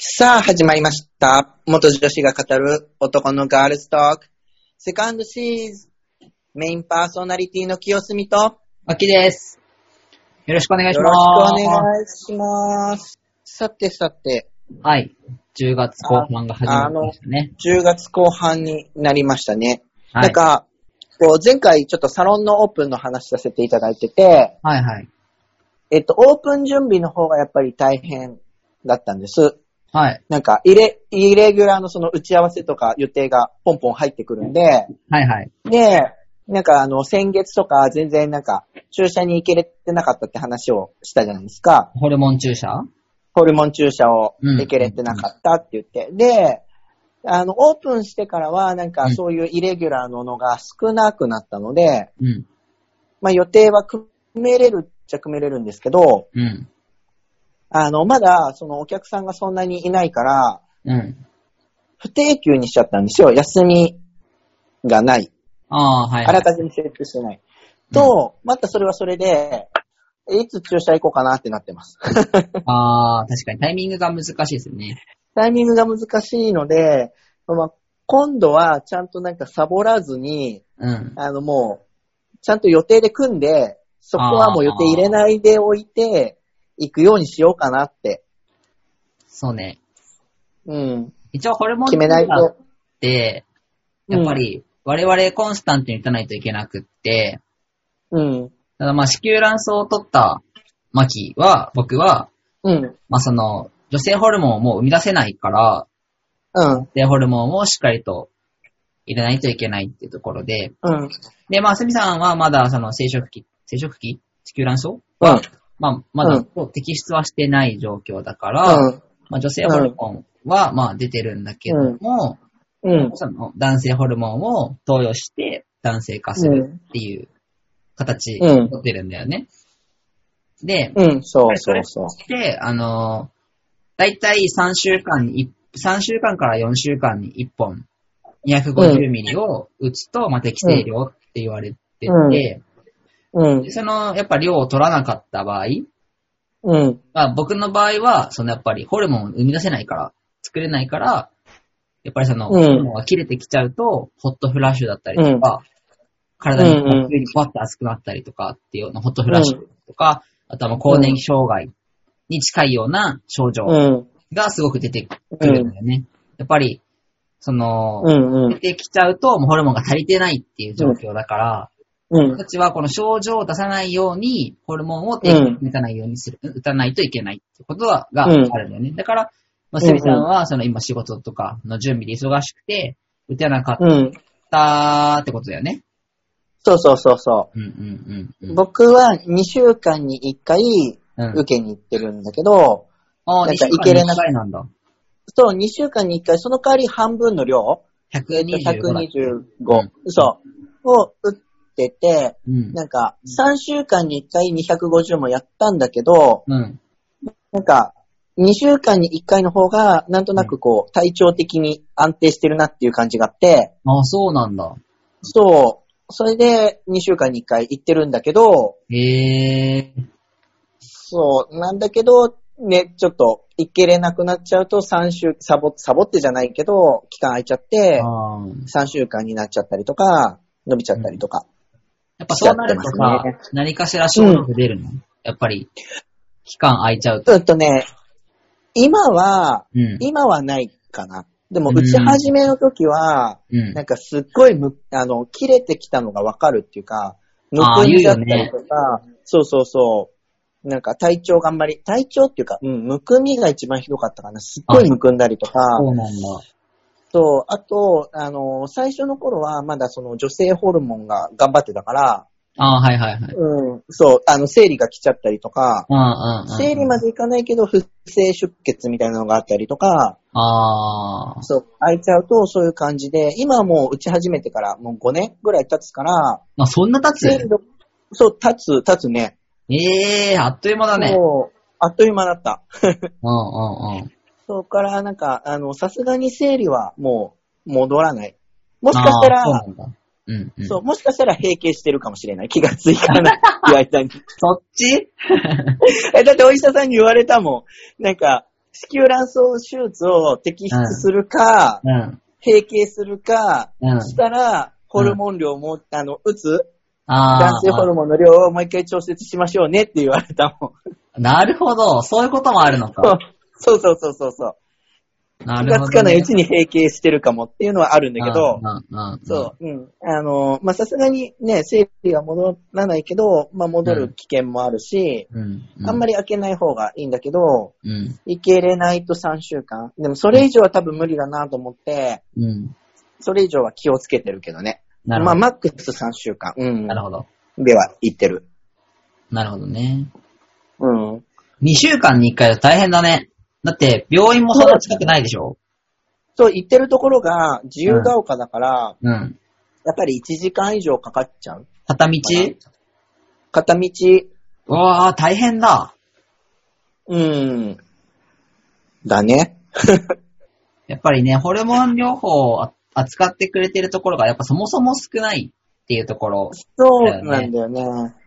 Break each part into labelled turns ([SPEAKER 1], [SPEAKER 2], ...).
[SPEAKER 1] さあ、始まりました。元女子が語る男のガールズトーク。セカンドシーズン、メインパーソナリティの清澄と、よ
[SPEAKER 2] 秋です。よろしくお願
[SPEAKER 1] ろ
[SPEAKER 2] い
[SPEAKER 1] しく
[SPEAKER 2] し
[SPEAKER 1] お
[SPEAKER 2] ます。
[SPEAKER 1] 願いします。さてさて、
[SPEAKER 2] はい。10月後半が始まりましたね。
[SPEAKER 1] 10月後半になりましたね。
[SPEAKER 2] は
[SPEAKER 1] なん
[SPEAKER 2] い。
[SPEAKER 1] か、こう前回ちょっとサロンのオープンの話させていただいてて、
[SPEAKER 2] はいはい。
[SPEAKER 1] えっと、オープン準備の方がやっぱり大変だったんです。
[SPEAKER 2] はい。
[SPEAKER 1] なんか、イレ、イレギュラーのその打ち合わせとか予定がポンポン入ってくるんで、
[SPEAKER 2] はいはい。
[SPEAKER 1] で、なんかあの、先月とか全然なんか、注射に行けれてなかったって話をしたじゃないですか。
[SPEAKER 2] ホルモン注射
[SPEAKER 1] ホルモン注射を
[SPEAKER 2] うん
[SPEAKER 1] 行けれてなかったって言って。で、あの、オープンしてからはなんか
[SPEAKER 2] うん
[SPEAKER 1] そういうイレギュラーののが少なくなったので、
[SPEAKER 2] うん。
[SPEAKER 1] まあ予定は組めれるっちゃ組めれるんですけど、
[SPEAKER 2] うん。
[SPEAKER 1] あの、まだそのお客さんがそんなにいないから、
[SPEAKER 2] うん。
[SPEAKER 1] 不定休にしちゃったんですよ。休みがない。
[SPEAKER 2] ああー、はい、
[SPEAKER 1] あ
[SPEAKER 2] は
[SPEAKER 1] ら
[SPEAKER 2] い。
[SPEAKER 1] かじめ設定してない。と、またそれはそれで、えいつ注射行こうかなってなってます。
[SPEAKER 2] ああ、確かにタイミングが難しいですよね。
[SPEAKER 1] タイミングが難しいので、まあ、今度はちゃんとなんかサボらずに、
[SPEAKER 2] うん。
[SPEAKER 1] あのもう、ちゃんと予定で組んで、そこはもう予定入れないでおいて、行くようにしようかなって。
[SPEAKER 2] そうね。
[SPEAKER 1] うん。
[SPEAKER 2] 一応ホルモン
[SPEAKER 1] 決
[SPEAKER 2] 注
[SPEAKER 1] め
[SPEAKER 2] 射
[SPEAKER 1] ない
[SPEAKER 2] っ
[SPEAKER 1] と。
[SPEAKER 2] て、やっぱり我々コンスタントに打たないといけなくって、
[SPEAKER 1] うん。
[SPEAKER 2] ただまあ子宮卵巣を取った巻は、僕は、
[SPEAKER 1] うん。
[SPEAKER 2] まあその、女性ホルモンをもう生み出せないから、
[SPEAKER 1] うん。
[SPEAKER 2] で、ホルモンをしっかりと入れないといけないっていうところで、
[SPEAKER 1] うん。
[SPEAKER 2] で、まあ、すみさんはまだその生殖器、生殖器地球卵巣
[SPEAKER 1] うん。
[SPEAKER 2] まあ、まだ摘出はしてない状況だから、まあ、女性ホルモンは、まあ、出てるんだけども、
[SPEAKER 1] うん。うん。
[SPEAKER 2] その男性ホルモンを投与して男性化するっていう形
[SPEAKER 1] う
[SPEAKER 2] を
[SPEAKER 1] ん
[SPEAKER 2] 取ってるんだよね。で、
[SPEAKER 1] うん。そうそうそう。
[SPEAKER 2] で、あの、だいたい3週間に、3週間から4週間に1本、250ミリを打つと、まあ、適正量って言われてて、
[SPEAKER 1] うんうん
[SPEAKER 2] で。その、やっぱ量を取らなかった場合、
[SPEAKER 1] うん。
[SPEAKER 2] まあ、僕の場合は、そのやっぱりホルモンを生み出せないから、作れないから、やっぱりその、
[SPEAKER 1] うん
[SPEAKER 2] ホルモンが切れてきちゃうと、ホットフラッシュだったりとか、体
[SPEAKER 1] うんうん
[SPEAKER 2] に急にパッと熱くなったりとかっていうような、ホットフラッシュとか、あとはもう更年期障害に近いような症状
[SPEAKER 1] うん。
[SPEAKER 2] がすごく出てくるんだよね。やっぱり、その、
[SPEAKER 1] うん。うん
[SPEAKER 2] 出。てきちゃうと、もうホルモンが足りてないっていう状況だから、
[SPEAKER 1] うん
[SPEAKER 2] 僕。たちはこの症状を出さないように、ホルモンを定期的に打たないようにする、打たないといけないってことは、があ
[SPEAKER 1] う
[SPEAKER 2] る
[SPEAKER 1] ん
[SPEAKER 2] んだよね。だから、まあ、すみさんは、その今仕事とかの準備で忙しくて、打てなかっ
[SPEAKER 1] うん。
[SPEAKER 2] たってことだよね。
[SPEAKER 1] そうそうそうそ
[SPEAKER 2] うんうんうん
[SPEAKER 1] う。
[SPEAKER 2] うん。
[SPEAKER 1] 僕は2週間に1回
[SPEAKER 2] うん
[SPEAKER 1] 受けに行ってるんだけど、
[SPEAKER 2] ああ、
[SPEAKER 1] なん
[SPEAKER 2] 2
[SPEAKER 1] か
[SPEAKER 2] 週
[SPEAKER 1] い
[SPEAKER 2] 間
[SPEAKER 1] け
[SPEAKER 2] に
[SPEAKER 1] れ
[SPEAKER 2] 1
[SPEAKER 1] な
[SPEAKER 2] 回なんだ。
[SPEAKER 1] そう、2週間に1回、その代わり半分の量、
[SPEAKER 2] 125だ。
[SPEAKER 1] 125、
[SPEAKER 2] うん
[SPEAKER 1] そう、を打ってて、
[SPEAKER 2] うん。
[SPEAKER 1] なんか3週間に1回250もやったんだけど、
[SPEAKER 2] うん。
[SPEAKER 1] なんか2週間に1回の方が、なんとなくこう、体調的に安定してるなっていう感じがあって、
[SPEAKER 2] ああ、そうなんだ。
[SPEAKER 1] そう、それで2週間に1回行ってるんだけど、
[SPEAKER 2] へえ。
[SPEAKER 1] そう、なんだけど、ね、ちょっと、行けれなくなっちゃうと、3週、サボ、サボってじゃないけど、期間空いちゃって、
[SPEAKER 2] ああ
[SPEAKER 1] 3週間になっちゃったりとか、伸びちゃったりとか。
[SPEAKER 2] やっぱそうなるとさ、
[SPEAKER 1] やってま
[SPEAKER 2] 何かしら症状が出るの、やっぱり、期間空いちゃうと。
[SPEAKER 1] うん、とね、今は、
[SPEAKER 2] うん。
[SPEAKER 1] 今はないかな。でも、
[SPEAKER 2] うん
[SPEAKER 1] 打ち始めの時は、
[SPEAKER 2] うん
[SPEAKER 1] なん。かすっごいむ、あの、切れてきたのがわかるっていうか、む
[SPEAKER 2] あー
[SPEAKER 1] くんじゃったりとか、そうそうそう。なんか体調があんまり、体調っていうか、うん、むくみが一番ひどかったかな。すっごいむくんだりとか、
[SPEAKER 2] そうなんだ。
[SPEAKER 1] そう、あと、あの、最初の頃はまだその女性ホルモンが頑張ってたから、
[SPEAKER 2] ああ、はいはいはい。
[SPEAKER 1] うん、そう、あの、生理が来ちゃったりとか、
[SPEAKER 2] うんうんうん。
[SPEAKER 1] 生理までいかないけど、不正出血みたいなのがあったりとか、
[SPEAKER 2] ああ。
[SPEAKER 1] そう、空いちゃうとそういう感じで、今はもう打ち始めてからもう5年ぐらい経つから、
[SPEAKER 2] まあ、そんな経
[SPEAKER 1] 生理
[SPEAKER 2] つ
[SPEAKER 1] の、そう、経つ、経つね。
[SPEAKER 2] ええあっという間だね。うん
[SPEAKER 1] もう、あっという間だった。
[SPEAKER 2] うんうん。
[SPEAKER 1] そうから、なんか、あの、さすがに生理はもう戻らない。もしかした
[SPEAKER 2] あ
[SPEAKER 1] ら
[SPEAKER 2] あ、そうなんだ。うん、うん。
[SPEAKER 1] そう、もしかしたら閉経してるかもしれない。気がついか ない。いや、間に。
[SPEAKER 2] そっち
[SPEAKER 1] え、だってお医者さんに言われたもん。なんか、子宮卵巣手術を摘出するか、
[SPEAKER 2] うん。
[SPEAKER 1] 閉経するか、
[SPEAKER 2] うん
[SPEAKER 1] したら、ホルモン量も、あの、打つ、
[SPEAKER 2] あ
[SPEAKER 1] 男性ホル
[SPEAKER 2] ー
[SPEAKER 1] モンの量をもう一回調節しましょうねって言われたもん。
[SPEAKER 2] あ、なるほど。そういうこともあるのか。
[SPEAKER 1] そうそうそうそうそう。
[SPEAKER 2] な
[SPEAKER 1] 気
[SPEAKER 2] る
[SPEAKER 1] が
[SPEAKER 2] ほど、ね。
[SPEAKER 1] つかないうちに閉経してるかもっていうのはあるんだけど、
[SPEAKER 2] うんうんうん、
[SPEAKER 1] そう、うん。あの、まあ、さすがにね、生理が戻らないけど、まあ、戻る危険もあるし、
[SPEAKER 2] うん。うん、
[SPEAKER 1] あんま
[SPEAKER 2] り。
[SPEAKER 1] り開けない方がいいんだけど、
[SPEAKER 2] うん。
[SPEAKER 1] いけれないと3週間。でもそれ以上は多分無理だなと思って、
[SPEAKER 2] うん。
[SPEAKER 1] それ以上は気をつけてるけどね。
[SPEAKER 2] なる
[SPEAKER 1] ま
[SPEAKER 2] ほ
[SPEAKER 1] あ、
[SPEAKER 2] ど。
[SPEAKER 1] マックス3週間。うん
[SPEAKER 2] な。るほど。
[SPEAKER 1] では、行ってる。
[SPEAKER 2] なるほどね。
[SPEAKER 1] うん。
[SPEAKER 2] 2週間に1回だと大変だね。だって、病院もそんな近くないでしょ
[SPEAKER 1] そう、行ってるところが自由が丘だから、
[SPEAKER 2] うん。
[SPEAKER 1] やっぱり1時間以上かかっちゃう。
[SPEAKER 2] 片道
[SPEAKER 1] 片道、
[SPEAKER 2] うわー、大変だ。
[SPEAKER 1] うん。だね。
[SPEAKER 2] やっぱりね、ホルモン療法を扱ってくれてるところが、やっぱそもそも少ないっていうところ。
[SPEAKER 1] そうなんだよね。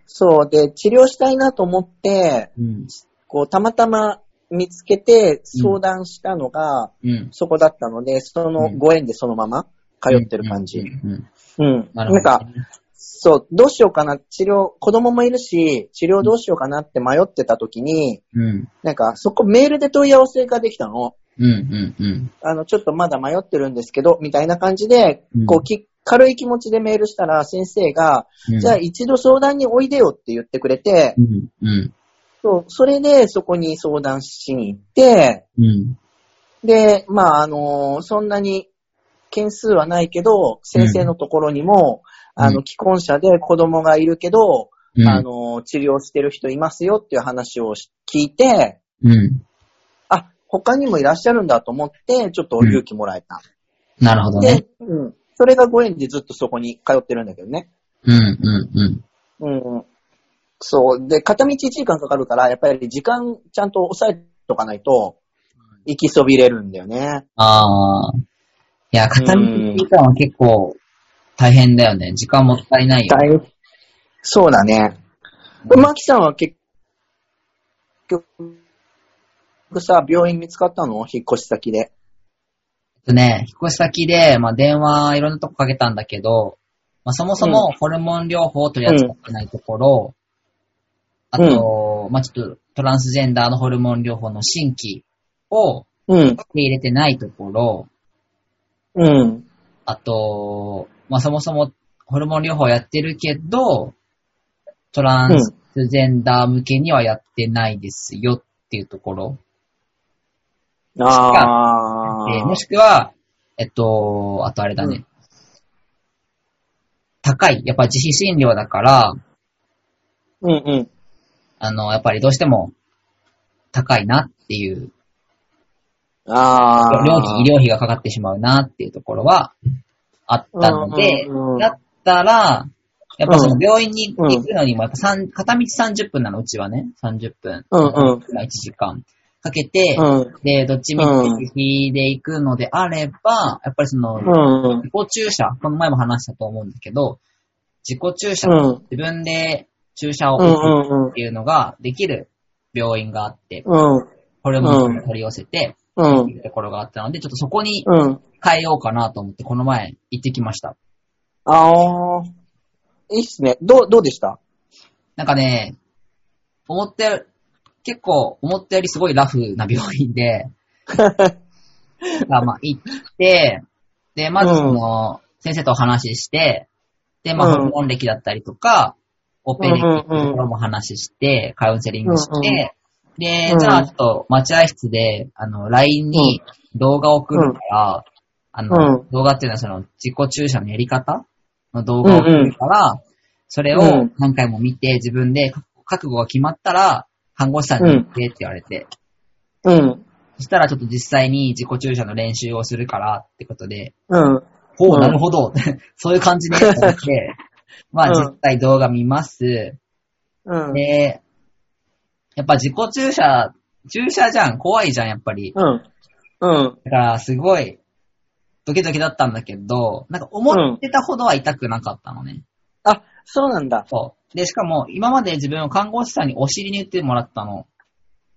[SPEAKER 1] そう。で、治療したいなと思って、
[SPEAKER 2] うん。
[SPEAKER 1] こう、たまたま見つけて相談したのが、
[SPEAKER 2] うん。
[SPEAKER 1] そこだったので、その
[SPEAKER 2] うん
[SPEAKER 1] ご縁でそのまま通ってる感
[SPEAKER 2] う
[SPEAKER 1] じ。
[SPEAKER 2] ん。うん
[SPEAKER 1] うん。な
[SPEAKER 2] なるほどね。
[SPEAKER 1] んか、そう、どうしようかな、治療、子供もいるし、治療どうしようかなって迷ってた時に、
[SPEAKER 2] うん。
[SPEAKER 1] なんか、そこメールで問い合わせができたの。
[SPEAKER 2] うん。うん。うん。
[SPEAKER 1] あの、ちょっとまだ迷ってるんですけど、みたいな感じで
[SPEAKER 2] うん、
[SPEAKER 1] こう、き軽い気持ちでメールしたら、先生が、
[SPEAKER 2] うん
[SPEAKER 1] じゃあ一度相談においでよって言ってくれて
[SPEAKER 2] う、ん。うん。
[SPEAKER 1] そう、それでそこに相談しに行って、
[SPEAKER 2] うん。
[SPEAKER 1] で、まあ、あのそんなに件数はないけど、先生のところにも、
[SPEAKER 2] うん
[SPEAKER 1] あ
[SPEAKER 2] う
[SPEAKER 1] の、
[SPEAKER 2] ん
[SPEAKER 1] 既婚者で子供がいるけど、
[SPEAKER 2] うん
[SPEAKER 1] あの治療してる人いますよっていう話をし聞いて、
[SPEAKER 2] うん。
[SPEAKER 1] あ、他にもいらっしゃるんだと思って、ちょっと勇気もらえた。
[SPEAKER 2] なるほどね
[SPEAKER 1] で。、うん。それがご縁でずっとそこに通ってるんだけどね。
[SPEAKER 2] うん。うん。うん。
[SPEAKER 1] うん。そう。で、片道1時間かかるから、やっぱり時間ちゃんと抑えとかないと、行きそびれるんだよね。
[SPEAKER 2] ああ。いや、片道時間は結構大変だよね。時間もったいないよ。
[SPEAKER 1] 大変そうだね。
[SPEAKER 2] うん
[SPEAKER 1] マキさんは結局さ、病院見つかったの引っ越し先で。
[SPEAKER 2] えっとね、引っ越し先で、まあ、電話いろんなとこかけたんだけど、まあ、そもそもホルモン療法を取り扱ってないところ、
[SPEAKER 1] うん
[SPEAKER 2] あと、まあ、ちょっとトランスジェンダーのホルモン療法の新規を
[SPEAKER 1] うん。
[SPEAKER 2] 受け入れてないところ、
[SPEAKER 1] うん。
[SPEAKER 2] あと、まあ、そもそもホルモン療法やってるけど、トランスジェンダー向けにはやってないですよっていうところ。
[SPEAKER 1] あ
[SPEAKER 2] えー
[SPEAKER 1] あ。
[SPEAKER 2] もしくは、えっと、あとあれだね。
[SPEAKER 1] う
[SPEAKER 2] 高い。やっぱ自費診療だから、
[SPEAKER 1] うんうん。
[SPEAKER 2] あの、やっぱりどうしても高いなっていう、
[SPEAKER 1] ああ。
[SPEAKER 2] 料金、医療費がかかってしまうなっていうところはあったので
[SPEAKER 1] うんうんうん、
[SPEAKER 2] だったら、やっぱその病院に
[SPEAKER 1] うん
[SPEAKER 2] 行くのにも、やっぱ三片道30分なの、うちはね。30分。
[SPEAKER 1] うんうん
[SPEAKER 2] まあ1時間かけて、
[SPEAKER 1] うん。
[SPEAKER 2] で、どっちみち自費で行くのであれば、やっぱりその、
[SPEAKER 1] うん。
[SPEAKER 2] 自己注射、この前も話したと思うんだけど、自己注射、
[SPEAKER 1] うん
[SPEAKER 2] 自分で注射を
[SPEAKER 1] う
[SPEAKER 2] 打
[SPEAKER 1] んうんうん
[SPEAKER 2] つっ。ていうのができる病院があって、
[SPEAKER 1] うん。
[SPEAKER 2] ホルモンを取り寄せて、
[SPEAKER 1] う
[SPEAKER 2] ってい
[SPEAKER 1] ん。
[SPEAKER 2] うところがあったので、ちょっとそこに
[SPEAKER 1] うん。
[SPEAKER 2] 変えようかなと思って、この前行ってきました。
[SPEAKER 1] ああ。いいっすね。どう、どうでした
[SPEAKER 2] なんかね、思ったより、結構思ったよりすごいラフな病院 で、まあまあ行って、で、まずその、先生とお話しして、で、まあ、
[SPEAKER 1] うん
[SPEAKER 2] ホルモン歴だったりとか、オペ歴っていうところも話して、カウンセリングして、で
[SPEAKER 1] う、ん
[SPEAKER 2] じゃあ、ちょっと待合室で、あの、LINE に動画を送るから、あ
[SPEAKER 1] う
[SPEAKER 2] の
[SPEAKER 1] ん、
[SPEAKER 2] 動画っていうのはその、自己注射のやり方の動画を送るから、それ
[SPEAKER 1] う
[SPEAKER 2] を
[SPEAKER 1] ん
[SPEAKER 2] 何回も見て、自分で覚悟が決まったら、看護師さんに行ってって言われて、
[SPEAKER 1] うん。
[SPEAKER 2] そしたらちょっと実際に自己注射の練習をするからってことで、
[SPEAKER 1] うん。
[SPEAKER 2] ほう、
[SPEAKER 1] うん
[SPEAKER 2] なるほど、 そういう感じね、と思 って、まあ
[SPEAKER 1] うん
[SPEAKER 2] 実際動画見ます。
[SPEAKER 1] うん。
[SPEAKER 2] で、やっぱ自己注射、注射じゃん、怖いじゃん、やっぱり。
[SPEAKER 1] うん。うん。
[SPEAKER 2] だからすごい、ドキドキだったんだけど、なんか思ってたほどは痛くなかったのね。
[SPEAKER 1] あ、そうなんだ。
[SPEAKER 2] そう。で、しかも、今まで自分を看護師さんにお尻に打ってもらったの。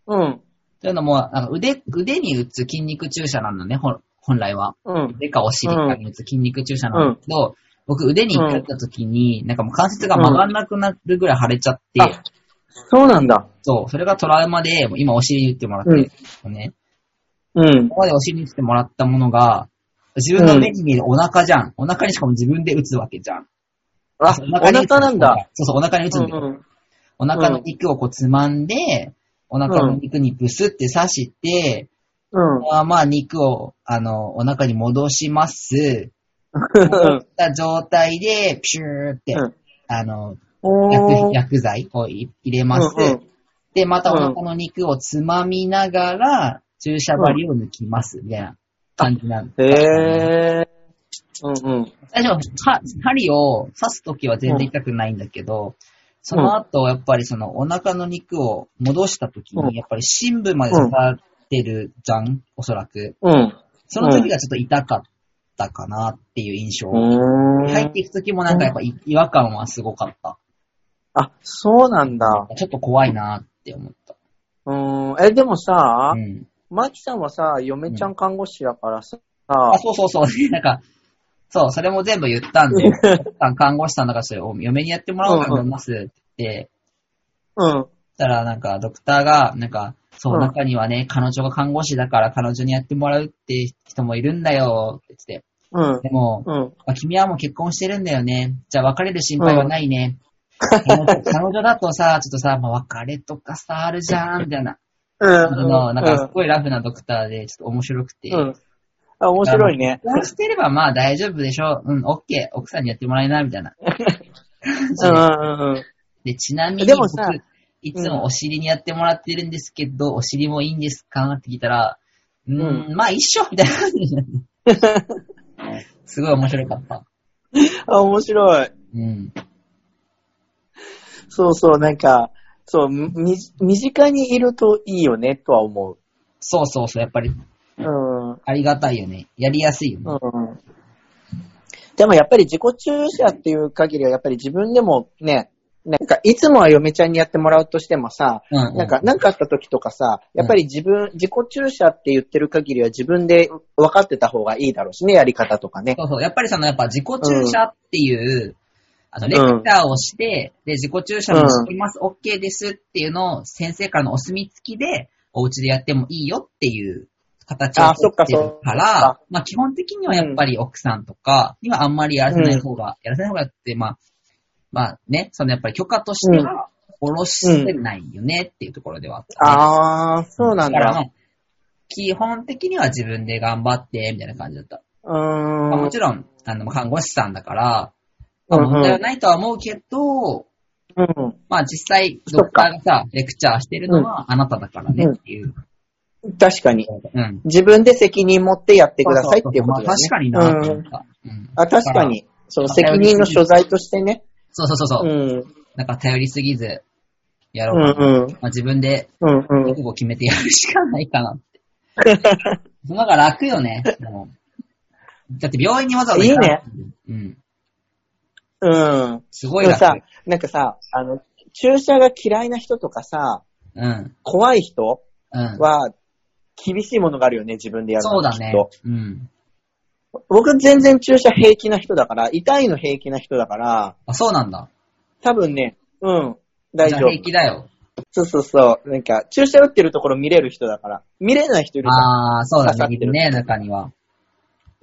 [SPEAKER 1] うん。
[SPEAKER 2] というのも、なんか腕、腕に打つ筋肉注射なんだね、ほ本来は。
[SPEAKER 1] うん。
[SPEAKER 2] 腕かお尻かに打つ筋肉注射なんだけど、僕腕に一回打った時に、なんかもう関節が曲がんなくなるぐらい腫れちゃって、
[SPEAKER 1] あ、そうなんだ。
[SPEAKER 2] そう、それがトラウマで、もう今お尻に打ってもらってるんですよね。
[SPEAKER 1] うん。
[SPEAKER 2] ここまでお尻に打ってもらったものが、自分の目に見えるお腹じゃん。お腹にしかも自分で打つわけじゃん。
[SPEAKER 1] あ、
[SPEAKER 2] そう
[SPEAKER 1] お腹なんだ。。
[SPEAKER 2] そうそう、お腹に打つ
[SPEAKER 1] うん
[SPEAKER 2] だよ。
[SPEAKER 1] ん。
[SPEAKER 2] お腹の肉をこうつまんで、お腹の肉にブスって刺して、
[SPEAKER 1] うん。
[SPEAKER 2] まあまあ肉を、あの、お腹に戻します。戻
[SPEAKER 1] う
[SPEAKER 2] った状態で、ピューって、
[SPEAKER 1] ん。
[SPEAKER 2] あの、
[SPEAKER 1] お
[SPEAKER 2] 薬
[SPEAKER 1] ー。
[SPEAKER 2] 薬剤を入れます。
[SPEAKER 1] うんうん
[SPEAKER 2] で、またお腹の肉をつまみながら、注射針を抜きます、みたいな感じなんです。
[SPEAKER 1] へえ。うんうん。
[SPEAKER 2] 最初は、針を刺すときは全然痛くないんだけど、その後、やっぱりそのお腹の肉を戻したとき
[SPEAKER 1] うん
[SPEAKER 2] に、やっぱり深部まで刺さってるじゃん、おそらく。
[SPEAKER 1] うん。
[SPEAKER 2] その時がちょっと痛かったかなっていう印象。
[SPEAKER 1] う
[SPEAKER 2] 入っていく時もなんかやっぱい違和感はすごかった。
[SPEAKER 1] あ、そうなんだ。
[SPEAKER 2] ちょっと怖いなって思った。
[SPEAKER 1] うーん。え、でもさ
[SPEAKER 2] う、ん。
[SPEAKER 1] マキさんはさ、嫁ちゃん看護師だからさ、
[SPEAKER 2] あ、そうそうそう。 なんか、そう、それも全部言ったんで、看護師さんだからそれを嫁にやってもらおうかと思いますって言って、
[SPEAKER 1] うん。
[SPEAKER 2] そしたらなんかドクターが、なんか、そうう、
[SPEAKER 1] ん
[SPEAKER 2] 中にはね、彼女が看護師だから彼女にやってもらうって人もいるんだよって言って、
[SPEAKER 1] うん。
[SPEAKER 2] でも、
[SPEAKER 1] うん。
[SPEAKER 2] まあ君はもう結婚してるんだよね。じゃあ別れる心配はないね。彼女彼女だ とさ、ちょっとさ、まあ、別れとかさ、あるじゃん、みたいな。
[SPEAKER 1] うん。
[SPEAKER 2] あの、なんかすごいラフなドクターで、ちょっと面白くて。
[SPEAKER 1] うん。うんあ、面白いね。
[SPEAKER 2] こうしてればまあ大丈夫でしょう。うん、オッケー。奥さんにやってもらえな、みたいな。
[SPEAKER 1] うんうんうん。
[SPEAKER 2] で、ちなみに
[SPEAKER 1] でも
[SPEAKER 2] 僕
[SPEAKER 1] さ、
[SPEAKER 2] いつもお尻にやってもらってるんですけど、お尻もいいんですかって聞いたら、うーん、まあ一緒みたいな感じなん ですごい面白かった。
[SPEAKER 1] あ、面白い。
[SPEAKER 2] うん。
[SPEAKER 1] そうそう、なんか、そう、み、身近にいるといいよね、とは思う。
[SPEAKER 2] そうそうそう、やっぱり
[SPEAKER 1] うん。うん。
[SPEAKER 2] ありがたいよね。やりやすいよね。
[SPEAKER 1] でもやっぱり自己注射っていう限りは、やっぱり自分でもね、なんか、いつもは嫁ちゃんにやってもらうとしてもさ、
[SPEAKER 2] うんうん
[SPEAKER 1] なんか、なんかあった時とかさ、やっぱり自分、自己注射って言ってる限りは自分で分かってた方がいいだろうしね、やり方とかね。
[SPEAKER 2] そうそう。やっぱりその、やっぱ自己注射っていう、あの、レクチャーをして、で、自己注射もしてます、オッ OK ですっていうのを先生からのお墨付きで、お家でやってもいいよっていう形を
[SPEAKER 1] あそっか
[SPEAKER 2] 取ってるから、
[SPEAKER 1] そっか
[SPEAKER 2] まあ基本的にはやっぱり奥さんとかにはあんまりやらせない方が、やらせない方がって、まあ、まあね、そのやっぱり許可としては、おろしてないよねっていうところではあったね、
[SPEAKER 1] あー、そうなん
[SPEAKER 2] からま
[SPEAKER 1] だ。
[SPEAKER 2] あ基本的には自分で頑張って、みたいな感じだった。
[SPEAKER 1] うーん。
[SPEAKER 2] まあ、もちろん、あの、看護師さんだから、ま
[SPEAKER 1] う
[SPEAKER 2] あ、
[SPEAKER 1] んうん
[SPEAKER 2] 問題はないとは思うけど、
[SPEAKER 1] うん。
[SPEAKER 2] まあ実際、
[SPEAKER 1] そっか
[SPEAKER 2] ドクターがさ、レクチャーしてるのはあなただからねっていう。
[SPEAKER 1] 確かに。
[SPEAKER 2] うん。
[SPEAKER 1] 自分で責任持ってやってくださいっていうことだよね。
[SPEAKER 2] まあ確かになと
[SPEAKER 1] う
[SPEAKER 2] 思
[SPEAKER 1] ん
[SPEAKER 2] った。うん
[SPEAKER 1] あ、確か。に。その責任の所在としてね。
[SPEAKER 2] そうそうそうそうう。
[SPEAKER 1] ん。
[SPEAKER 2] なんか頼りすぎず、や
[SPEAKER 1] う
[SPEAKER 2] ろうかな。
[SPEAKER 1] んうん。
[SPEAKER 2] まあ、自分で
[SPEAKER 1] うんうん
[SPEAKER 2] 覚。悟決めてやるしかないかなって。 その方が楽よね。もうだって病院にわざわざ行かなくてもうん。
[SPEAKER 1] うん。
[SPEAKER 2] すごい
[SPEAKER 1] でも
[SPEAKER 2] 楽。
[SPEAKER 1] さ、なんかさ、あの、注射が嫌いな人とかさ、
[SPEAKER 2] うん。
[SPEAKER 1] 怖い人
[SPEAKER 2] うん。
[SPEAKER 1] は、厳しいものがあるよね、自分でやるの
[SPEAKER 2] そうだ
[SPEAKER 1] きっ
[SPEAKER 2] ね
[SPEAKER 1] と。
[SPEAKER 2] うん。
[SPEAKER 1] 僕全然注射平気な人だから、痛いの平気な人だから、
[SPEAKER 2] あ、そうなんだ。
[SPEAKER 1] 多分ね、うん、大
[SPEAKER 2] じゃ
[SPEAKER 1] 丈
[SPEAKER 2] あ
[SPEAKER 1] 夫
[SPEAKER 2] 平。気だよ。
[SPEAKER 1] そうそうそう。なんか、注射打ってるところ見れる人だから、見れない人いるじゃん。
[SPEAKER 2] ああ、そうだ
[SPEAKER 1] 刺さっ
[SPEAKER 2] ね。い
[SPEAKER 1] てる
[SPEAKER 2] るね、中には。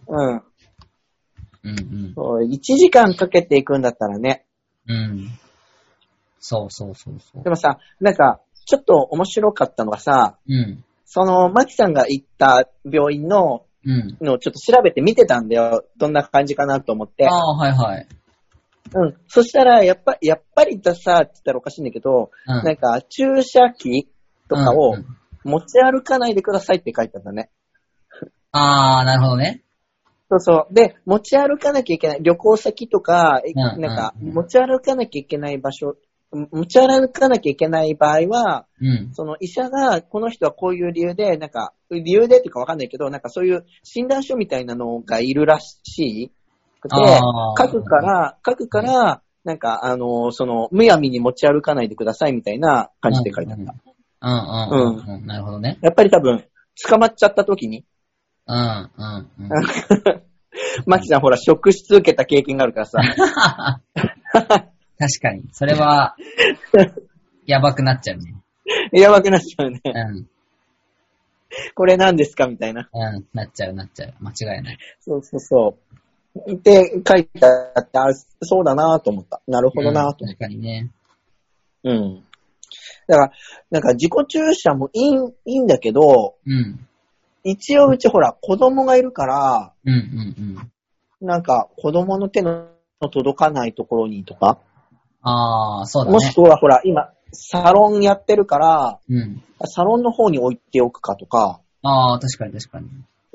[SPEAKER 1] うん。
[SPEAKER 2] うんうん。
[SPEAKER 1] そう、1時間かけていくんだったらね。
[SPEAKER 2] うん。そうそうそうそう
[SPEAKER 1] で。もさ、なんか、ちょっと面白かったのがさ、
[SPEAKER 2] うん。
[SPEAKER 1] その、マキさんが行った病院の、
[SPEAKER 2] うん。
[SPEAKER 1] のをちょっと調べて見てたんだよ。どんな感じかなと思って。
[SPEAKER 2] ああ、はいはい。
[SPEAKER 1] うん。そしたら、やっぱ、やっぱりださ、って言ったらおかしいんだけど、
[SPEAKER 2] うん。
[SPEAKER 1] なんか、注射器とかを
[SPEAKER 2] うんうん
[SPEAKER 1] 持ち歩かないでくださいって書いてあったね。
[SPEAKER 2] ああ、なるほどね。
[SPEAKER 1] そうそう。で、持ち歩かなきゃいけない。旅行先とか、え
[SPEAKER 2] うんうんうん
[SPEAKER 1] なんか、持ち歩かなきゃいけない場所、持ち歩かなきゃいけない場合は、
[SPEAKER 2] うん。
[SPEAKER 1] その医者が、この人はこういう理由で、なんか、理由でっていうかわかんないけど、なんかそういう診断書みたいなのがいるらしいくて
[SPEAKER 2] あ、ー
[SPEAKER 1] 書くから、書くから、なんか、あの、その、むやみに持ち歩かないでくださいみたいな感じで書いてあっ
[SPEAKER 2] うんう
[SPEAKER 1] た
[SPEAKER 2] ん。うんうんうん、うん、なるほどね。
[SPEAKER 1] やっぱり多分、捕まっちゃった時に、
[SPEAKER 2] うんうんうん。
[SPEAKER 1] マキちゃんほら、職質受けた経験がある からさ、
[SPEAKER 2] 確かに。それ は、やばくなっちゃうね。
[SPEAKER 1] やばくなっちゃうね。
[SPEAKER 2] うん。
[SPEAKER 1] これ何ですかみたいな。
[SPEAKER 2] うん。なっちゃうなっちゃう。間違いない。
[SPEAKER 1] そうそうそう。って書いてあって、あ、そうだなと思った。なるほどなと
[SPEAKER 2] うん
[SPEAKER 1] 思っ
[SPEAKER 2] 確かにね。
[SPEAKER 1] た。うん。だから、なんか自己注射もいい、いいんだけど、
[SPEAKER 2] うん。
[SPEAKER 1] 一応うちほら、子供がいるから、
[SPEAKER 2] うんうんうん。
[SPEAKER 1] なんか子供の手の届かないところにとか、
[SPEAKER 2] ああ、そうだ
[SPEAKER 1] もし
[SPEAKER 2] ね。
[SPEAKER 1] くはほら、今、サロンやってるから、
[SPEAKER 2] うん。
[SPEAKER 1] サロンの方に置いておくかとか、
[SPEAKER 2] ああ、確かに確かに。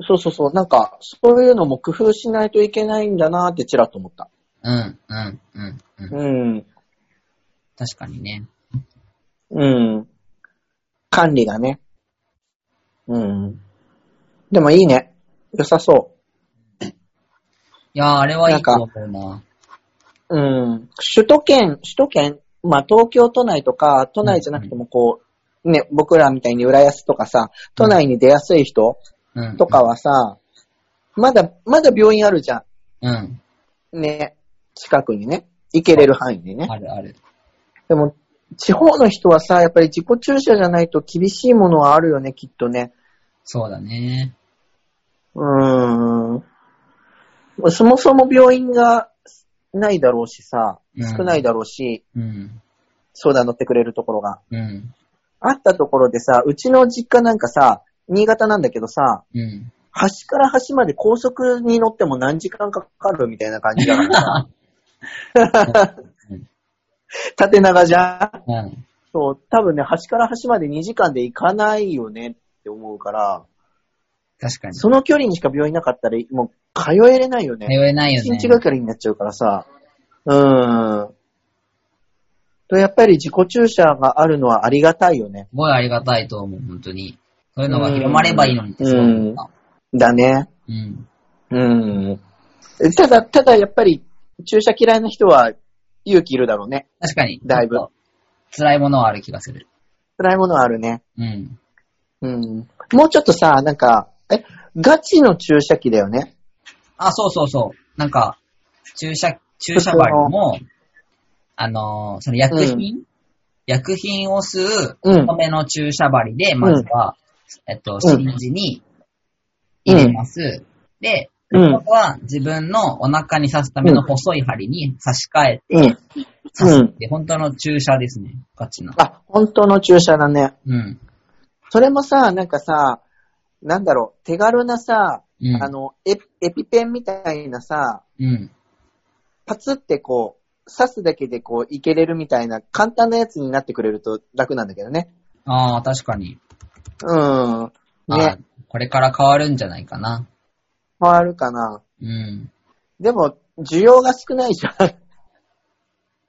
[SPEAKER 1] そうそうそう、なんか、そういうのも工夫しないといけないんだなってちらっと思った。
[SPEAKER 2] うんうんうんうん。
[SPEAKER 1] うん。
[SPEAKER 2] 確かにね。
[SPEAKER 1] うん。管理がね。うん。でもいいね。良さそ
[SPEAKER 2] いやー、あれはい
[SPEAKER 1] ないん
[SPEAKER 2] と
[SPEAKER 1] か
[SPEAKER 2] 思うな。
[SPEAKER 1] う。うん。首都圏、首都圏、まあ東京都内とか、都内じゃなくてもこう、ね、僕らみたいに浦安とかさ、都内に出やすい人
[SPEAKER 2] うん。
[SPEAKER 1] とかはさ、まだ、まだ病院あるじゃ
[SPEAKER 2] うん。
[SPEAKER 1] ん。ね。近くにね。行けれる範囲でね。
[SPEAKER 2] あるある。
[SPEAKER 1] でも、地方の人はさ、やっぱり自己注射じゃないと厳しいものはあるよね、きっとね。
[SPEAKER 2] そうだね。
[SPEAKER 1] うーん。そもそも病院がないだろうしさ、
[SPEAKER 2] うん
[SPEAKER 1] 少ないだろうし、
[SPEAKER 2] うん。
[SPEAKER 1] 相談乗ってくれるところが。
[SPEAKER 2] うん。
[SPEAKER 1] あったところでさ、うちの実家なんかさ、新潟なんだけどさ、
[SPEAKER 2] うん。
[SPEAKER 1] 端から端まで高速に乗っても何時間かかるみたいな感じだ からさ
[SPEAKER 2] うん
[SPEAKER 1] 縦長じゃん
[SPEAKER 2] うん。
[SPEAKER 1] そう、多分ね、端から端まで2時間で行かないよねって思うから、
[SPEAKER 2] 確かに。通
[SPEAKER 1] その距離にしか病院なかったら、もう通えれないよね。
[SPEAKER 2] えないよ
[SPEAKER 1] 一
[SPEAKER 2] ね。
[SPEAKER 1] 日がかりになっちゃうからさ。うーん。と、やっぱり自己注射があるのはありがたいよね。
[SPEAKER 2] すごいありがたいと思う、本当に。そういうのが広まればいいのにってすごい思った。
[SPEAKER 1] だね。
[SPEAKER 2] うん。
[SPEAKER 1] うん。ただ、ただやっぱり、注射嫌いな人は勇気いるだろうね。
[SPEAKER 2] 確かに。
[SPEAKER 1] だいぶ
[SPEAKER 2] ちょっと辛いものはある気がする。
[SPEAKER 1] 辛いものはあるね。
[SPEAKER 2] うん。
[SPEAKER 1] うん。もうちょっとさ、なんか、え、ガチの注射器だよね。
[SPEAKER 2] あ、そうそうそう。なんか、注射、注射針も、あのー、その薬品、薬品を吸う、
[SPEAKER 1] うん
[SPEAKER 2] 太めの注射針で、まずは、えっと、シリンジに入れます。で、
[SPEAKER 1] う
[SPEAKER 2] 今
[SPEAKER 1] ん。
[SPEAKER 2] 度は自分のお腹に刺すための細い針に差し替え
[SPEAKER 1] うん。
[SPEAKER 2] 刺す
[SPEAKER 1] う
[SPEAKER 2] っ
[SPEAKER 1] ん
[SPEAKER 2] て、本当の注射ですね。ガチの。
[SPEAKER 1] あ、本当の注射だね。
[SPEAKER 2] うん。
[SPEAKER 1] それもさ、なんかさ、なんだろう、手軽なさ、
[SPEAKER 2] うん。
[SPEAKER 1] あの、エエピペンみたいなさ、
[SPEAKER 2] うん。
[SPEAKER 1] パツってこう、刺すだけでこう、いけれるみたいな簡単なやつになってくれると楽なんだけどね。
[SPEAKER 2] ああ、確かに。
[SPEAKER 1] うん。
[SPEAKER 2] あ
[SPEAKER 1] ね
[SPEAKER 2] ー、これから変わるんじゃないかな。
[SPEAKER 1] 変わるかな。
[SPEAKER 2] うん。
[SPEAKER 1] でも、需要が少ないじゃん。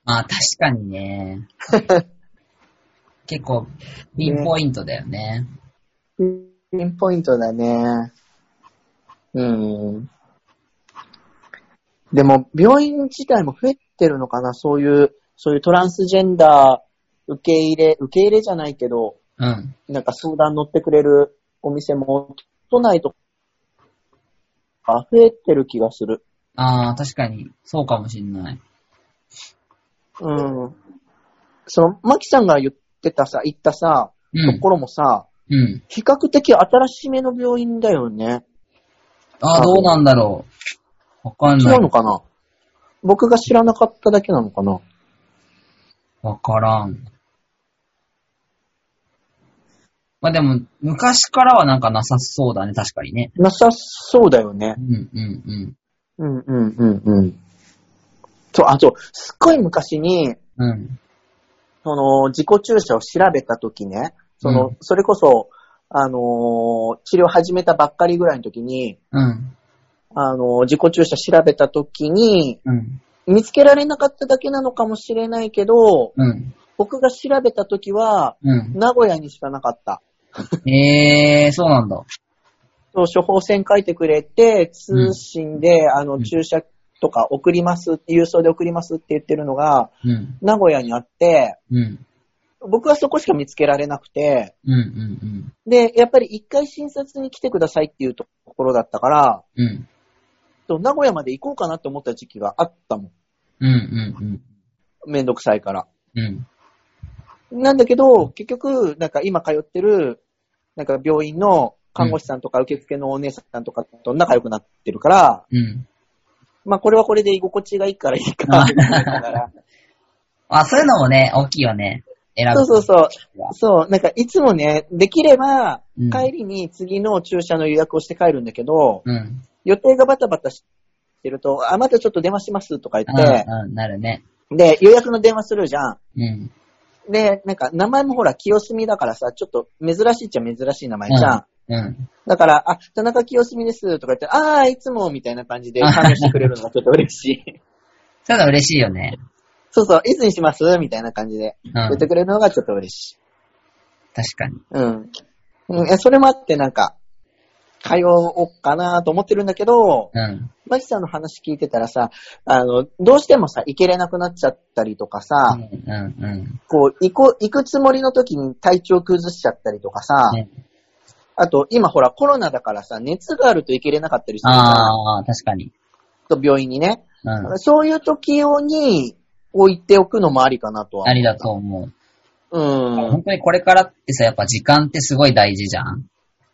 [SPEAKER 2] まあ確か にね。結構、ピンポイントだよね。
[SPEAKER 1] ピンポイントだね。うん。でも、病院自体も増えてるのかなそういう、そういうトランスジェンダー受け入れ、受け入れじゃないけど、
[SPEAKER 2] うん。
[SPEAKER 1] なんか相談乗ってくれるお店も、都内とか、増えてる気がする。
[SPEAKER 2] ああ、確かに、そうかもしんない。
[SPEAKER 1] うん。その、マキさんが言ってたさ、言ったさ、
[SPEAKER 2] う
[SPEAKER 1] と
[SPEAKER 2] ん。
[SPEAKER 1] ころもさ、
[SPEAKER 2] うん。
[SPEAKER 1] 比較的新しめの病院だよね。
[SPEAKER 2] ああ、どうなんだろう。わかん
[SPEAKER 1] 違
[SPEAKER 2] な
[SPEAKER 1] うの
[SPEAKER 2] い。
[SPEAKER 1] かな僕が知らなかっただけなのかな
[SPEAKER 2] わからん。まあでも、昔からはなんかなさそうだね、確かにね。
[SPEAKER 1] なさそうだよね
[SPEAKER 2] う。ん、うん、うん。
[SPEAKER 1] うんうんうんうん。そう、あ、そう、すっごい昔に、
[SPEAKER 2] うん。
[SPEAKER 1] その、自己注射を調べたときね、その、
[SPEAKER 2] うん
[SPEAKER 1] それこそ、あのー治療始めたばっかりぐらいの時に、
[SPEAKER 2] うん。
[SPEAKER 1] あのー自己注射調べた時に、
[SPEAKER 2] うん。
[SPEAKER 1] 見つけられなかっただけなのかもしれないけど、
[SPEAKER 2] うん。
[SPEAKER 1] 僕が調べた時は、
[SPEAKER 2] う
[SPEAKER 1] 名古屋にしかなかった。
[SPEAKER 2] ん。ええー、そうなんだ。
[SPEAKER 1] そう処方箋書いてくれて、通信で、あ
[SPEAKER 2] う
[SPEAKER 1] の、
[SPEAKER 2] ん
[SPEAKER 1] 注射とか送ります、郵送で送りますって言ってるのが、
[SPEAKER 2] うん。
[SPEAKER 1] 名古屋にあって、
[SPEAKER 2] うん。
[SPEAKER 1] 僕はそこしか見つけられなくて、
[SPEAKER 2] うんうん
[SPEAKER 1] で、やっぱり一回診察に来てくださいっていうところだったから、
[SPEAKER 2] うん。うん。
[SPEAKER 1] と名古屋まで行こうかなって思った時期があったも
[SPEAKER 2] うんうん
[SPEAKER 1] ん。めんどくさいから。
[SPEAKER 2] うん。うん。
[SPEAKER 1] なんだけど、結局、なんか今通ってる、なんか病院の看護師さんとか受付のお姉さんとかと仲良くなってるから、
[SPEAKER 2] うん。
[SPEAKER 1] まあこれはこれで居心地がいいからいいかなって思いながら。
[SPEAKER 2] あ、そういうのもね、大きいよね。選ぶ。
[SPEAKER 1] そうそうそう。
[SPEAKER 2] う。
[SPEAKER 1] そう、なんかいつもね、できれば
[SPEAKER 2] うん、
[SPEAKER 1] 帰りに次の注射の予約をして帰るんだけど、
[SPEAKER 2] うん。
[SPEAKER 1] 予定がバタバタしてると、あ、またちょっと電話しますとか言
[SPEAKER 2] う
[SPEAKER 1] って、
[SPEAKER 2] ん、うん、なるね。
[SPEAKER 1] で、予約の電話するじゃん。
[SPEAKER 2] うん。
[SPEAKER 1] で、なんか名前もほら、清澄だからさ、ちょっと珍しいっちゃ珍しい名前じゃん。
[SPEAKER 2] うん。
[SPEAKER 1] だから、あ、田中清澄ですとか言って、あー、いつもみたいな感 じで反応してくれるのがちょっと嬉しい。
[SPEAKER 2] そういうの嬉しいよね。
[SPEAKER 1] そうそう、いつにしますみたいな感じで
[SPEAKER 2] うん。
[SPEAKER 1] 言っ
[SPEAKER 2] 確
[SPEAKER 1] てくれるのがちょっと嬉しい。
[SPEAKER 2] かに。
[SPEAKER 1] うん。うん、えそれもあってなんか、通おうかなと思ってるんだけど、
[SPEAKER 2] うん。
[SPEAKER 1] マキさんの話聞いてたらさ、あの、どうしてもさ、行けれなくなっちゃったりとかさ、
[SPEAKER 2] うんうんうん。
[SPEAKER 1] こう、行こう、行くつもりの時に体調崩しちゃったりとかさ、
[SPEAKER 2] ね
[SPEAKER 1] あと、今ほらコロナだからさ、熱があると行けれなかったりするから、
[SPEAKER 2] ああ、確かに。
[SPEAKER 1] 病院にね。
[SPEAKER 2] うん。
[SPEAKER 1] そういう時用に置いておくのもありかなとは。
[SPEAKER 2] ありだと思う。
[SPEAKER 1] うん
[SPEAKER 2] 本。当にこれからってさ、やっぱ時間ってすごい大事じゃん。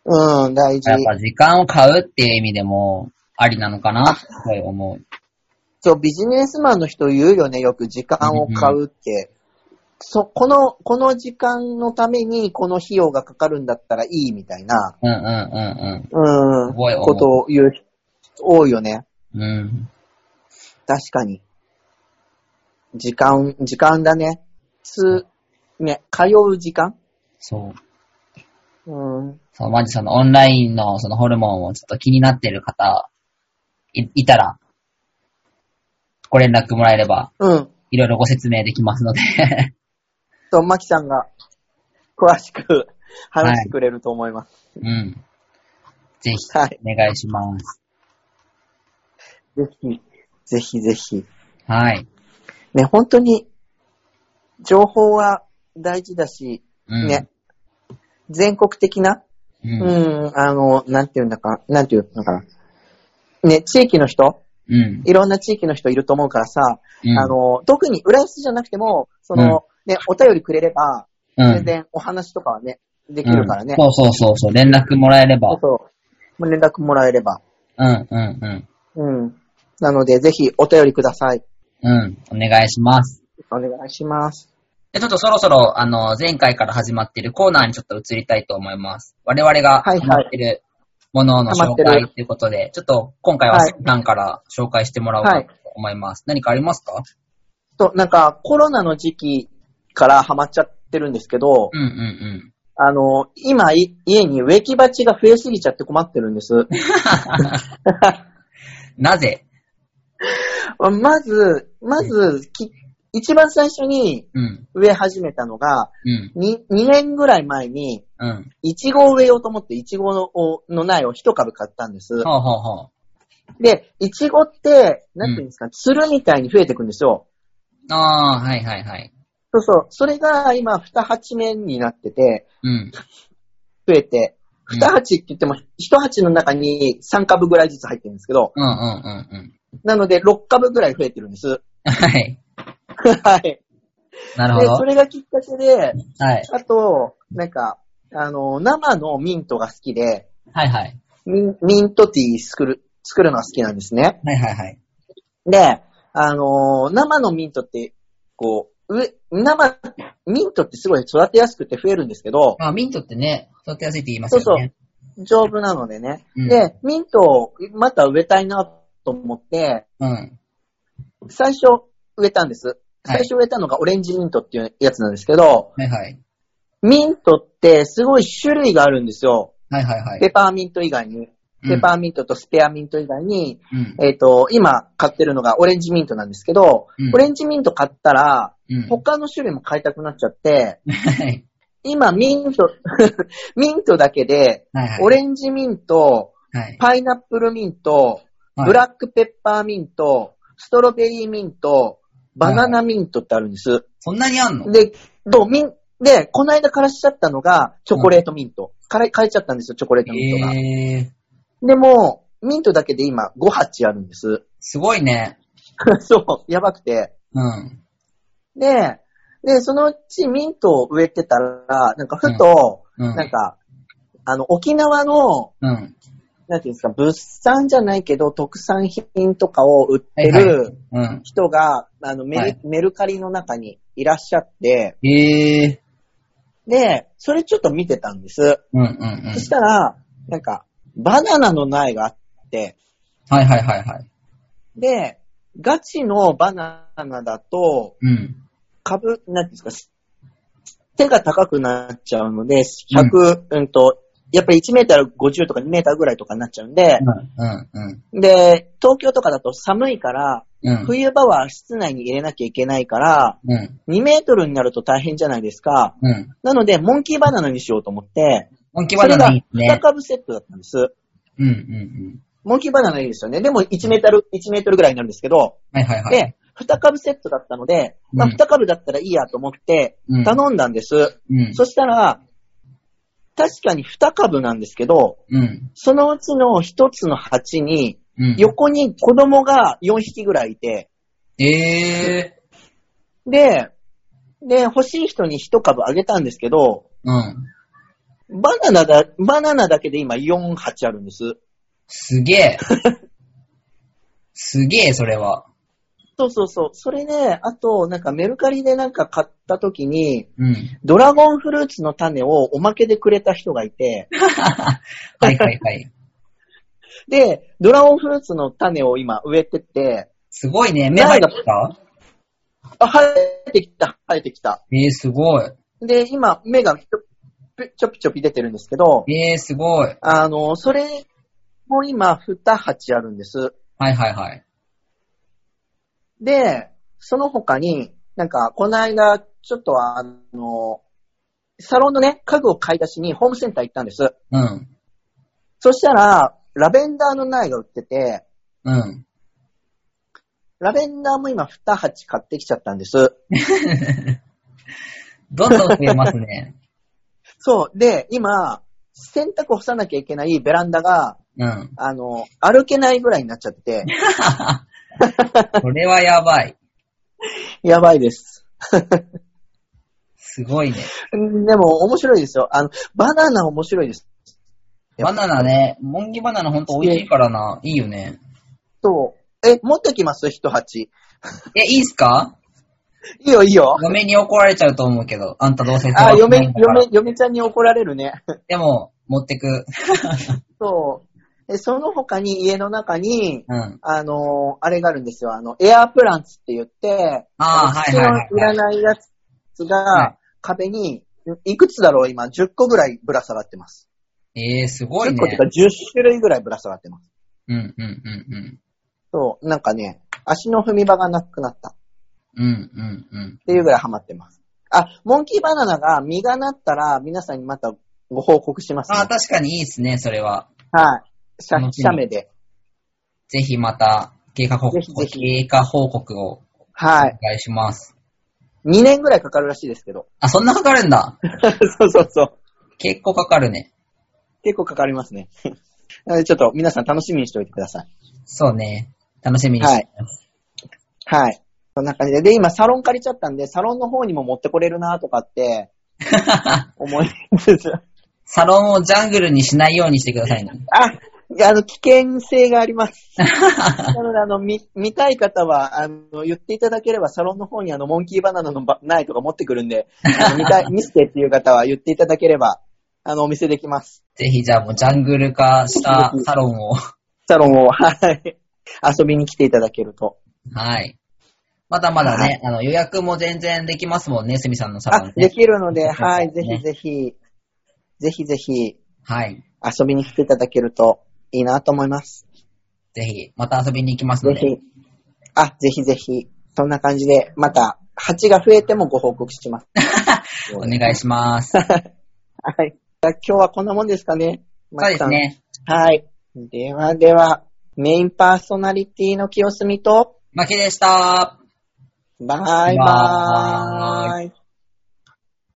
[SPEAKER 1] うん、大事
[SPEAKER 2] やっ。ぱ時間を買うっていう意味でも、ありなのかなってすごい思う。
[SPEAKER 1] そう、ビジネスマンの人言うよね、よく時間を買うって。そ、この、この時間のためにこの費用がかかるんだったらいいみたいな、
[SPEAKER 2] うんうん
[SPEAKER 1] うん、
[SPEAKER 2] すごい思う
[SPEAKER 1] ことを言う人多いよね。
[SPEAKER 2] うんうん。うん。
[SPEAKER 1] 確かに。時間、時間だね。つ、ね、通う時間
[SPEAKER 2] そう。
[SPEAKER 1] うん。
[SPEAKER 2] そう、まじそのオンラインのそのホルモンをちょっと気になってる方、い、いたら、ご連絡もらえれば、
[SPEAKER 1] うん。
[SPEAKER 2] いろいろご説明できますので。
[SPEAKER 1] と、マキさんが、詳しく話してくれると思います。
[SPEAKER 2] うん。ぜひ、
[SPEAKER 1] はい。
[SPEAKER 2] お願いします。
[SPEAKER 1] ぜひ、ぜひぜひ。
[SPEAKER 2] はい。
[SPEAKER 1] ね、本当に、情報は大事だし、
[SPEAKER 2] うん。
[SPEAKER 1] ね、全国的な、
[SPEAKER 2] う。
[SPEAKER 1] うんん、あの、なんていうんだか、なんていうのかな。ね、地域の人、
[SPEAKER 2] うん。
[SPEAKER 1] いろんな地域の人いると思うからさ、
[SPEAKER 2] うん。
[SPEAKER 1] あの、特に浦安じゃなくても、その、ね、お便りくれれば、
[SPEAKER 2] うん、
[SPEAKER 1] 全然お話とかはね、できるからね。
[SPEAKER 2] うんそうそうそうそう、連絡もらえれば。
[SPEAKER 1] そうそう。連絡もらえれば。
[SPEAKER 2] うん、うん、うん。
[SPEAKER 1] うん。なので、ぜひお便りください。
[SPEAKER 2] うん、お願いします。
[SPEAKER 1] お願いします。
[SPEAKER 2] でちょっとそろそろ、あの、前回から始まってるコーナーにちょっと移りたいと思います。我々が
[SPEAKER 1] はいはい
[SPEAKER 2] ハマってるものの
[SPEAKER 1] ハマ
[SPEAKER 2] 紹
[SPEAKER 1] ってる
[SPEAKER 2] 介ということで、ちょっと今回は
[SPEAKER 1] はい
[SPEAKER 2] さんから紹介してもらおうか
[SPEAKER 1] は
[SPEAKER 2] と
[SPEAKER 1] い
[SPEAKER 2] 思います。何かありますか
[SPEAKER 1] と、なんか、コロナの時期からハマっちゃってるんですけど、
[SPEAKER 2] うん、うん、
[SPEAKER 1] あの、今、い家に植木鉢が増えすぎちゃって困ってるん です。
[SPEAKER 2] うん。なぜ
[SPEAKER 1] まず、まず、き一番最初に
[SPEAKER 2] うん、
[SPEAKER 1] 植え始めたのが、
[SPEAKER 2] うん、
[SPEAKER 1] 2, 2年ぐらい前に、
[SPEAKER 2] うん。
[SPEAKER 1] イチゴを植えようと思って、イチゴのをの苗を一株買ったんです。
[SPEAKER 2] ほうほうほう。
[SPEAKER 1] で、イチゴって、なんていうんですか、つるみたいに増えていくんですよ。
[SPEAKER 2] ああ、はいはいはい。
[SPEAKER 1] そうそう。それが今、二鉢目になってて、
[SPEAKER 2] うん。
[SPEAKER 1] 増えて、
[SPEAKER 2] うん
[SPEAKER 1] 二鉢って言っても、一鉢の中に三株ぐらいずつ入ってるんですけど、
[SPEAKER 2] うん、うん、うん、うん。
[SPEAKER 1] なので六株ぐらい増えてるんです。
[SPEAKER 2] はい。
[SPEAKER 1] はい。
[SPEAKER 2] なるほ
[SPEAKER 1] で、そ
[SPEAKER 2] ど。
[SPEAKER 1] れがきっかけで、
[SPEAKER 2] はい。
[SPEAKER 1] あと、なんか、あの、生のミントが好きで、
[SPEAKER 2] はいはい。
[SPEAKER 1] ミンミントティー作る、作るのが好きなんですね。
[SPEAKER 2] はいはいはい。
[SPEAKER 1] で、あの、生のミントって、こう、上、生、ミントってすごい育てやすくて増えるんですけど、
[SPEAKER 2] まあ、ミントってね、育てやすいって言いますよね。
[SPEAKER 1] そうそう丈夫なのでね。
[SPEAKER 2] うん
[SPEAKER 1] で、ミントをまた植えたいなと思って、
[SPEAKER 2] うん。
[SPEAKER 1] 最初植えたんです。最初植えたのがオレンジミントっていうやつなんですけど、
[SPEAKER 2] はいはい。
[SPEAKER 1] ミントってすごい種類があるんですよ。
[SPEAKER 2] はいはいはい。
[SPEAKER 1] ペパーミント以外に。ペパーミントとスペアミント以外に、
[SPEAKER 2] うん。
[SPEAKER 1] えっ、と、今買ってるのがオレンジミントなんですけど、
[SPEAKER 2] うん
[SPEAKER 1] オレンジミント買ったら、
[SPEAKER 2] うん。
[SPEAKER 1] 他の種類も買いたくなっちゃって、
[SPEAKER 2] はい。
[SPEAKER 1] 今ミント、 ミントだけで、
[SPEAKER 2] はいはい。
[SPEAKER 1] オレンジミント、
[SPEAKER 2] はい、
[SPEAKER 1] パイナップルミント、
[SPEAKER 2] はい。
[SPEAKER 1] ブラックペッパーミント、ストロベリーミント、バナナミントってあるんです。
[SPEAKER 2] そんなにあんの
[SPEAKER 1] で、どうミン、で、この間枯らしちゃったのが、チョコレートミント。から変えちゃったんですよ、チョコレートミントが。
[SPEAKER 2] えー、
[SPEAKER 1] でも、ミントだけで今5鉢あるんです。
[SPEAKER 2] すごいね。
[SPEAKER 1] そう、やばくて。
[SPEAKER 2] うん。
[SPEAKER 1] で、で、そのうちミントを植えてたら、なんかふと、
[SPEAKER 2] うん。
[SPEAKER 1] なんか、あの、沖縄の、
[SPEAKER 2] うん。
[SPEAKER 1] なんていうんですか、物産じゃないけど、特産品とかを売って
[SPEAKER 2] はいは
[SPEAKER 1] る
[SPEAKER 2] うん。
[SPEAKER 1] 人が、あのメル、
[SPEAKER 2] はい
[SPEAKER 1] メルカリの中にいらっしゃって、
[SPEAKER 2] えー、
[SPEAKER 1] で、それちょっと見てたんです。
[SPEAKER 2] うんうんうん
[SPEAKER 1] そし。たら、なんか、バナナの苗があって、
[SPEAKER 2] はいはいはいはい。
[SPEAKER 1] で、ガチのバナナだと、
[SPEAKER 2] うん。
[SPEAKER 1] 株、なんていうんですか、し手が高くなっちゃうので、100、うん、と、やっぱり1メーター50とか2メーターぐらいとかになっちゃうんで、
[SPEAKER 2] うんうん
[SPEAKER 1] で、東京とかだと寒いから、
[SPEAKER 2] うん。
[SPEAKER 1] 冬場は室内に入れなきゃいけないから、
[SPEAKER 2] うん。
[SPEAKER 1] 2メートルになると大変じゃないですか。
[SPEAKER 2] うん。
[SPEAKER 1] なので、モンキーバナナにしようと思って、
[SPEAKER 2] 本気
[SPEAKER 1] そ
[SPEAKER 2] バ
[SPEAKER 1] れ
[SPEAKER 2] ナ
[SPEAKER 1] が
[SPEAKER 2] ナいいです
[SPEAKER 1] 2
[SPEAKER 2] ね。
[SPEAKER 1] 株セットだったんです。
[SPEAKER 2] うんうんうん。
[SPEAKER 1] モンキーバナナいいですよね。でも1メートル、1メートルぐらいになるんですけど、
[SPEAKER 2] はいはいはい。
[SPEAKER 1] で、2株セットだったので、まあ、
[SPEAKER 2] うん
[SPEAKER 1] 2株だったらいいやと思って
[SPEAKER 2] うん、
[SPEAKER 1] 頼んだんです。
[SPEAKER 2] うん。
[SPEAKER 1] そしたら、確かに2株なんですけど、
[SPEAKER 2] うん。
[SPEAKER 1] そのうちの1つの鉢に、
[SPEAKER 2] うん。
[SPEAKER 1] 横に子供が4匹ぐらいいて、
[SPEAKER 2] えー。
[SPEAKER 1] で、で、欲しい人に1株あげたんですけど、
[SPEAKER 2] うん。
[SPEAKER 1] バナナだ、バナナだけで今4鉢あるんです。
[SPEAKER 2] すげ え。すげえ、それは。
[SPEAKER 1] そうそうそう。それね、あと、なんかメルカリでなんか買った時に、
[SPEAKER 2] うん。
[SPEAKER 1] ドラゴンフルーツの種をおまけでくれた人がいて、
[SPEAKER 2] はいは いはい。
[SPEAKER 1] で、ドラゴンフルーツの種を今植えてって、
[SPEAKER 2] すごいね。目入った
[SPEAKER 1] あ、生えてきた、生えてきた。
[SPEAKER 2] えー、すごい。
[SPEAKER 1] で、今、芽がひょちょぴちょぴ出てるんですけど、
[SPEAKER 2] えー、すごい。
[SPEAKER 1] あの、それも今、二鉢あるんです。
[SPEAKER 2] はいはいはい。
[SPEAKER 1] で、その他に、なんか、この間、ちょっとあの、サロンのね、家具を買い出しにホームセンター行ったんです。
[SPEAKER 2] うん。
[SPEAKER 1] そしたら、ラベンダーの苗が売ってて、
[SPEAKER 2] うん。
[SPEAKER 1] ラベンダーも今二鉢買ってきちゃったんです。
[SPEAKER 2] どんどん増えますね。
[SPEAKER 1] そう。で、今、洗濯を干さなきゃいけないベランダが、
[SPEAKER 2] うん。
[SPEAKER 1] あの、歩けないぐらいになっちゃってて、
[SPEAKER 2] これはやばい。
[SPEAKER 1] やばいです。
[SPEAKER 2] すごいね。
[SPEAKER 1] うんでも、面白いですよ。あの、バナナ面白いです。
[SPEAKER 2] バナナね、モンギバナナほんと美味しいからな。いいよね。
[SPEAKER 1] そう。え、持ってきます一鉢。
[SPEAKER 2] え、いいっすか
[SPEAKER 1] いいよ、いいよ。
[SPEAKER 2] 嫁に怒られちゃうと思うけど、あんたどうせ
[SPEAKER 1] あ、
[SPEAKER 2] 騒がな
[SPEAKER 1] 嫁、
[SPEAKER 2] いんだから
[SPEAKER 1] 嫁、嫁ちゃんに怒られるね。
[SPEAKER 2] でも、持ってく。
[SPEAKER 1] そう。でその他に家の中に、
[SPEAKER 2] うん。
[SPEAKER 1] あのーあれがあるんですよ。あの、エアープランツって言って、
[SPEAKER 2] あー
[SPEAKER 1] の
[SPEAKER 2] はいはいはいはい
[SPEAKER 1] 土のいらないやつ
[SPEAKER 2] は
[SPEAKER 1] が、壁に、いくつだろう今、10個ぐらいぶら下がってます。
[SPEAKER 2] えー、すごい
[SPEAKER 1] 10個っていう
[SPEAKER 2] ね
[SPEAKER 1] か。10種類ぐらいぶら下がってます。
[SPEAKER 2] うん、うん、うん、
[SPEAKER 1] そう、なんかね、足の踏み場がなくなったっ
[SPEAKER 2] うん。うん、うん、うん。
[SPEAKER 1] ていうぐらいハマってます。あ、モンキーバナナが実がなったら、皆さんにまたご報告します、ね。
[SPEAKER 2] あー確かにいいっすね、それは。
[SPEAKER 1] はい。写
[SPEAKER 2] 楽しみ
[SPEAKER 1] 写メで。
[SPEAKER 2] ぜひまた、経過報告、
[SPEAKER 1] ぜひぜひ
[SPEAKER 2] 経過報告を
[SPEAKER 1] は
[SPEAKER 2] お
[SPEAKER 1] い。
[SPEAKER 2] 願いします。
[SPEAKER 1] 2年ぐらいかかるらしいですけど。
[SPEAKER 2] あ、そんなかかるんだ。
[SPEAKER 1] そうそうそう。
[SPEAKER 2] 結構かかるね。
[SPEAKER 1] 結構かかりますね。 なのでちょっと皆さん楽しみにしておいてください。
[SPEAKER 2] そうね。楽しみにしてます。
[SPEAKER 1] はい。そんな感じで。で、今サロン借りちゃったんで、サロンの方にも持ってこれるなとか って、思いつつ。
[SPEAKER 2] サロンをジャングルにしないようにしてくださいね。
[SPEAKER 1] あ、いやあの、危険性があります。 なので、あの、見、見たい方は、あの、言っていただければ、サロンの方にあの、モンキーバナナのば苗とか持ってくるんで、あの見 たい、見せてっていう方は言っていただければ、あの、お見せできます。
[SPEAKER 2] ぜひじゃあもうジャングル化したサロンを。
[SPEAKER 1] サロンを、はい。遊びに来ていただけると。
[SPEAKER 2] はい。まだまだ
[SPEAKER 1] は
[SPEAKER 2] ね、あの予約も全然できますもんね、すみさんのサロ
[SPEAKER 1] あ
[SPEAKER 2] ン、
[SPEAKER 1] で
[SPEAKER 2] ね。
[SPEAKER 1] きるので、は
[SPEAKER 2] ね
[SPEAKER 1] い、ぜひぜひ、ぜひぜひ、
[SPEAKER 2] はい。
[SPEAKER 1] 遊びに来ていただけるといいなと思います。
[SPEAKER 2] ぜひ、また遊びに行きます
[SPEAKER 1] ぜ
[SPEAKER 2] ので。
[SPEAKER 1] ひ。あ、ぜひぜひ。そんな感じで、また、蜂が増えてもご報告します。
[SPEAKER 2] お願いし ます。
[SPEAKER 1] はい。じゃあ今日はこんなもんですかね。
[SPEAKER 2] そうです
[SPEAKER 1] マキ
[SPEAKER 2] ね。
[SPEAKER 1] さん。はい。ではでは、メインパーソナリティの清澄と、
[SPEAKER 2] 負けでした。
[SPEAKER 1] バイバ
[SPEAKER 2] バ
[SPEAKER 1] ーイ